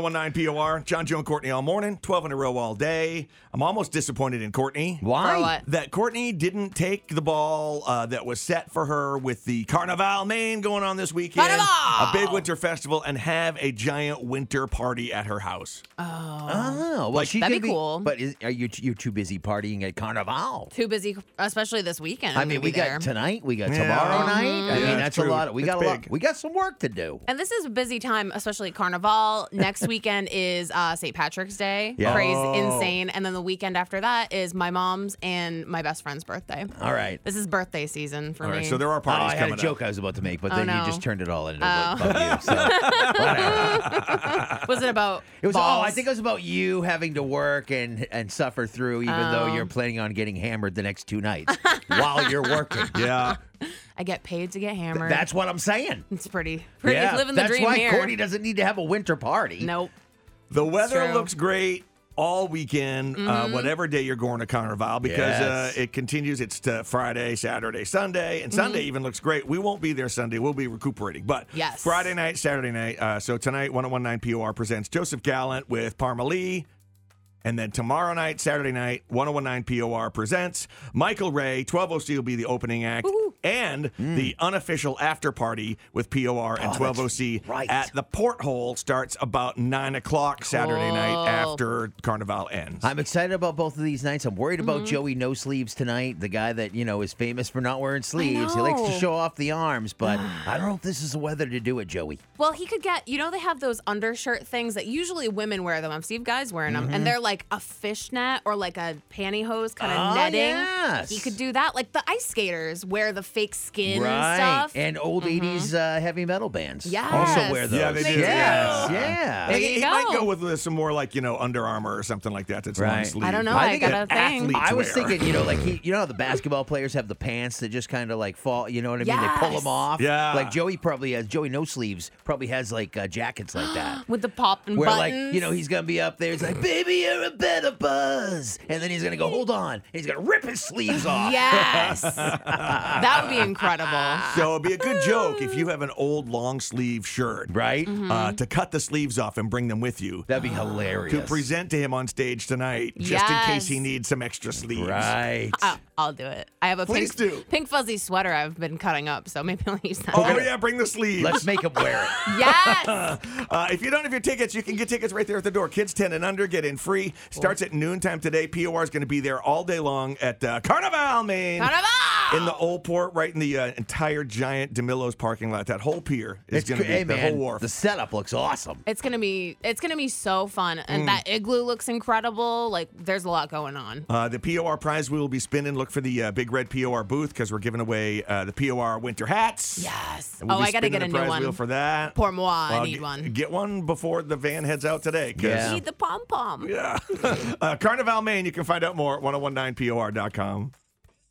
1019 POR, John, Joe, and Courtney all morning, 12 in a row all day. I'm almost disappointed in Courtney. Why? For what? That Courtney didn't take the ball uh, that was set for her with the Carnival Maine going on this weekend, Carnival! a big winter festival, and have a giant winter party at her house. Oh, well, she that'd could be cool. But is, are you you're too busy partying at Carnival? Too busy, especially this weekend. I I'm mean, gonna be we there. Mm-hmm. got tonight. We got Yeah. tomorrow night. I Yeah, mean, it's that's true. a lot. Of, we It's got a lot. big. We got some work to do. And this is a busy time, especially Carnival. Next weekend is uh, St. Patrick's Day. Yeah. Crazy, Oh. insane. And then the weekend after that is my mom's and my best friend's birthday. All right. This is birthday season for All me. right, so there are Oh, I parties had coming a up. joke I was about to make, but then you Oh, no. Oh. just turned it all into a fuck you. So, whatever. Was it about It was. balls? Oh, I think it was about you having to work and and suffer through, even Oh. though you're planning on getting hammered the next two nights while you're working. Yeah. I get paid to get hammered. That's what I'm saying. it's pretty. Pretty Yeah, living the that's dream why here. Courtney doesn't need to have a winter party. nope. The weather true. Mm-hmm. looks great all weekend, uh, whatever day you're going to Carnival, because Yes. uh, it continues. It's to Friday, Saturday, Sunday, and Sunday even looks great. We won't be there Sunday. We'll be recuperating. But Mm-hmm. Yes. Friday night, Saturday night. Uh, so tonight, 1019 POR presents Joseph Gallant with Parma Lee. And then tomorrow night, Saturday night, 1019 POR presents Michael Ray. oh 12OC will be the opening act and the unofficial after party with POR and Mm. Oh, that's 12OC right. at the porthole starts about nine o'clock Saturday night Cool. after Carnival ends. Oh. I'm excited about both of these nights. I'm worried about Joey No Sleeves tonight, the guy that, you know, is famous for not wearing sleeves. He likes to know. show off the arms, but I don't know if this is the weather to do it, Joey. Well, he could get, you know, they have those undershirt things that usually women wear them. I've seen guys wearing them, Mm-hmm. and they're like a fishnet or like a pantyhose kind of Ah, netting. yes. He could do that. Like the ice skaters wear the fake skin right. and stuff. And old 80s uh, heavy metal bands also Yes. wear those. Yeah, they do. Yes, Yeah. yeah. There he you he might go. go with uh, some more like you know Under Armour or something like that. That's long Right. sleeve. I don't know. I I, think got that a thing. athlete- I was wear. thinking, you know, like he, you know how the basketball players have the pants that just kind of like fall. You know what I mean? They pull Yes. them off. Yeah. Like Joey probably has Joey no sleeves probably has like uh, jackets like that. With the pop and Where buttons. like you know he's gonna be up there, it's like baby you're a better buzz, and then he's gonna go hold on, and he's gonna rip his sleeves off. Yes. that would be incredible. So it'd be a good joke if you have an old long sleeve shirt, right? Hmm. Uh, to cut the sleeves off and bring them with you That'd be to hilarious. present to him on stage tonight, just in case he Yes. needs some extra sleeves. right? I- Oh, I'll do it. I have a Please pink, do. pink fuzzy sweater I've been cutting up, so maybe I'll use that. Oh yeah, bring the sleeves. Let's make him wear it. Yes. Uh, if you don't have your tickets, you can get tickets right there at the door. Kids 10 and under get in free. Starts at noontime today. POR is going to be there all day long at uh, Carnival, Maine. Carnival! In the old port, right in the uh, entire giant DeMillo's parking lot. That whole pier is It's going to cr- be hey, the man, whole wharf. The setup looks awesome. It's gonna be it's gonna be so fun, Mm. and that igloo looks incredible. Like there's a lot going on. Uh, the POR prize we will be spinning. Look for the uh, big red POR booth because we're giving away uh, the POR winter hats. Yes. And we'll oh, be I gotta spinning get the a new prize one. Wheel for that. Pour moi, I Well, need get- one. Get one before the van heads out today. 'cause Yeah. Need the pom pom. oh Yeah. uh, Carnival, Maine. You can find out more at 1019por.com.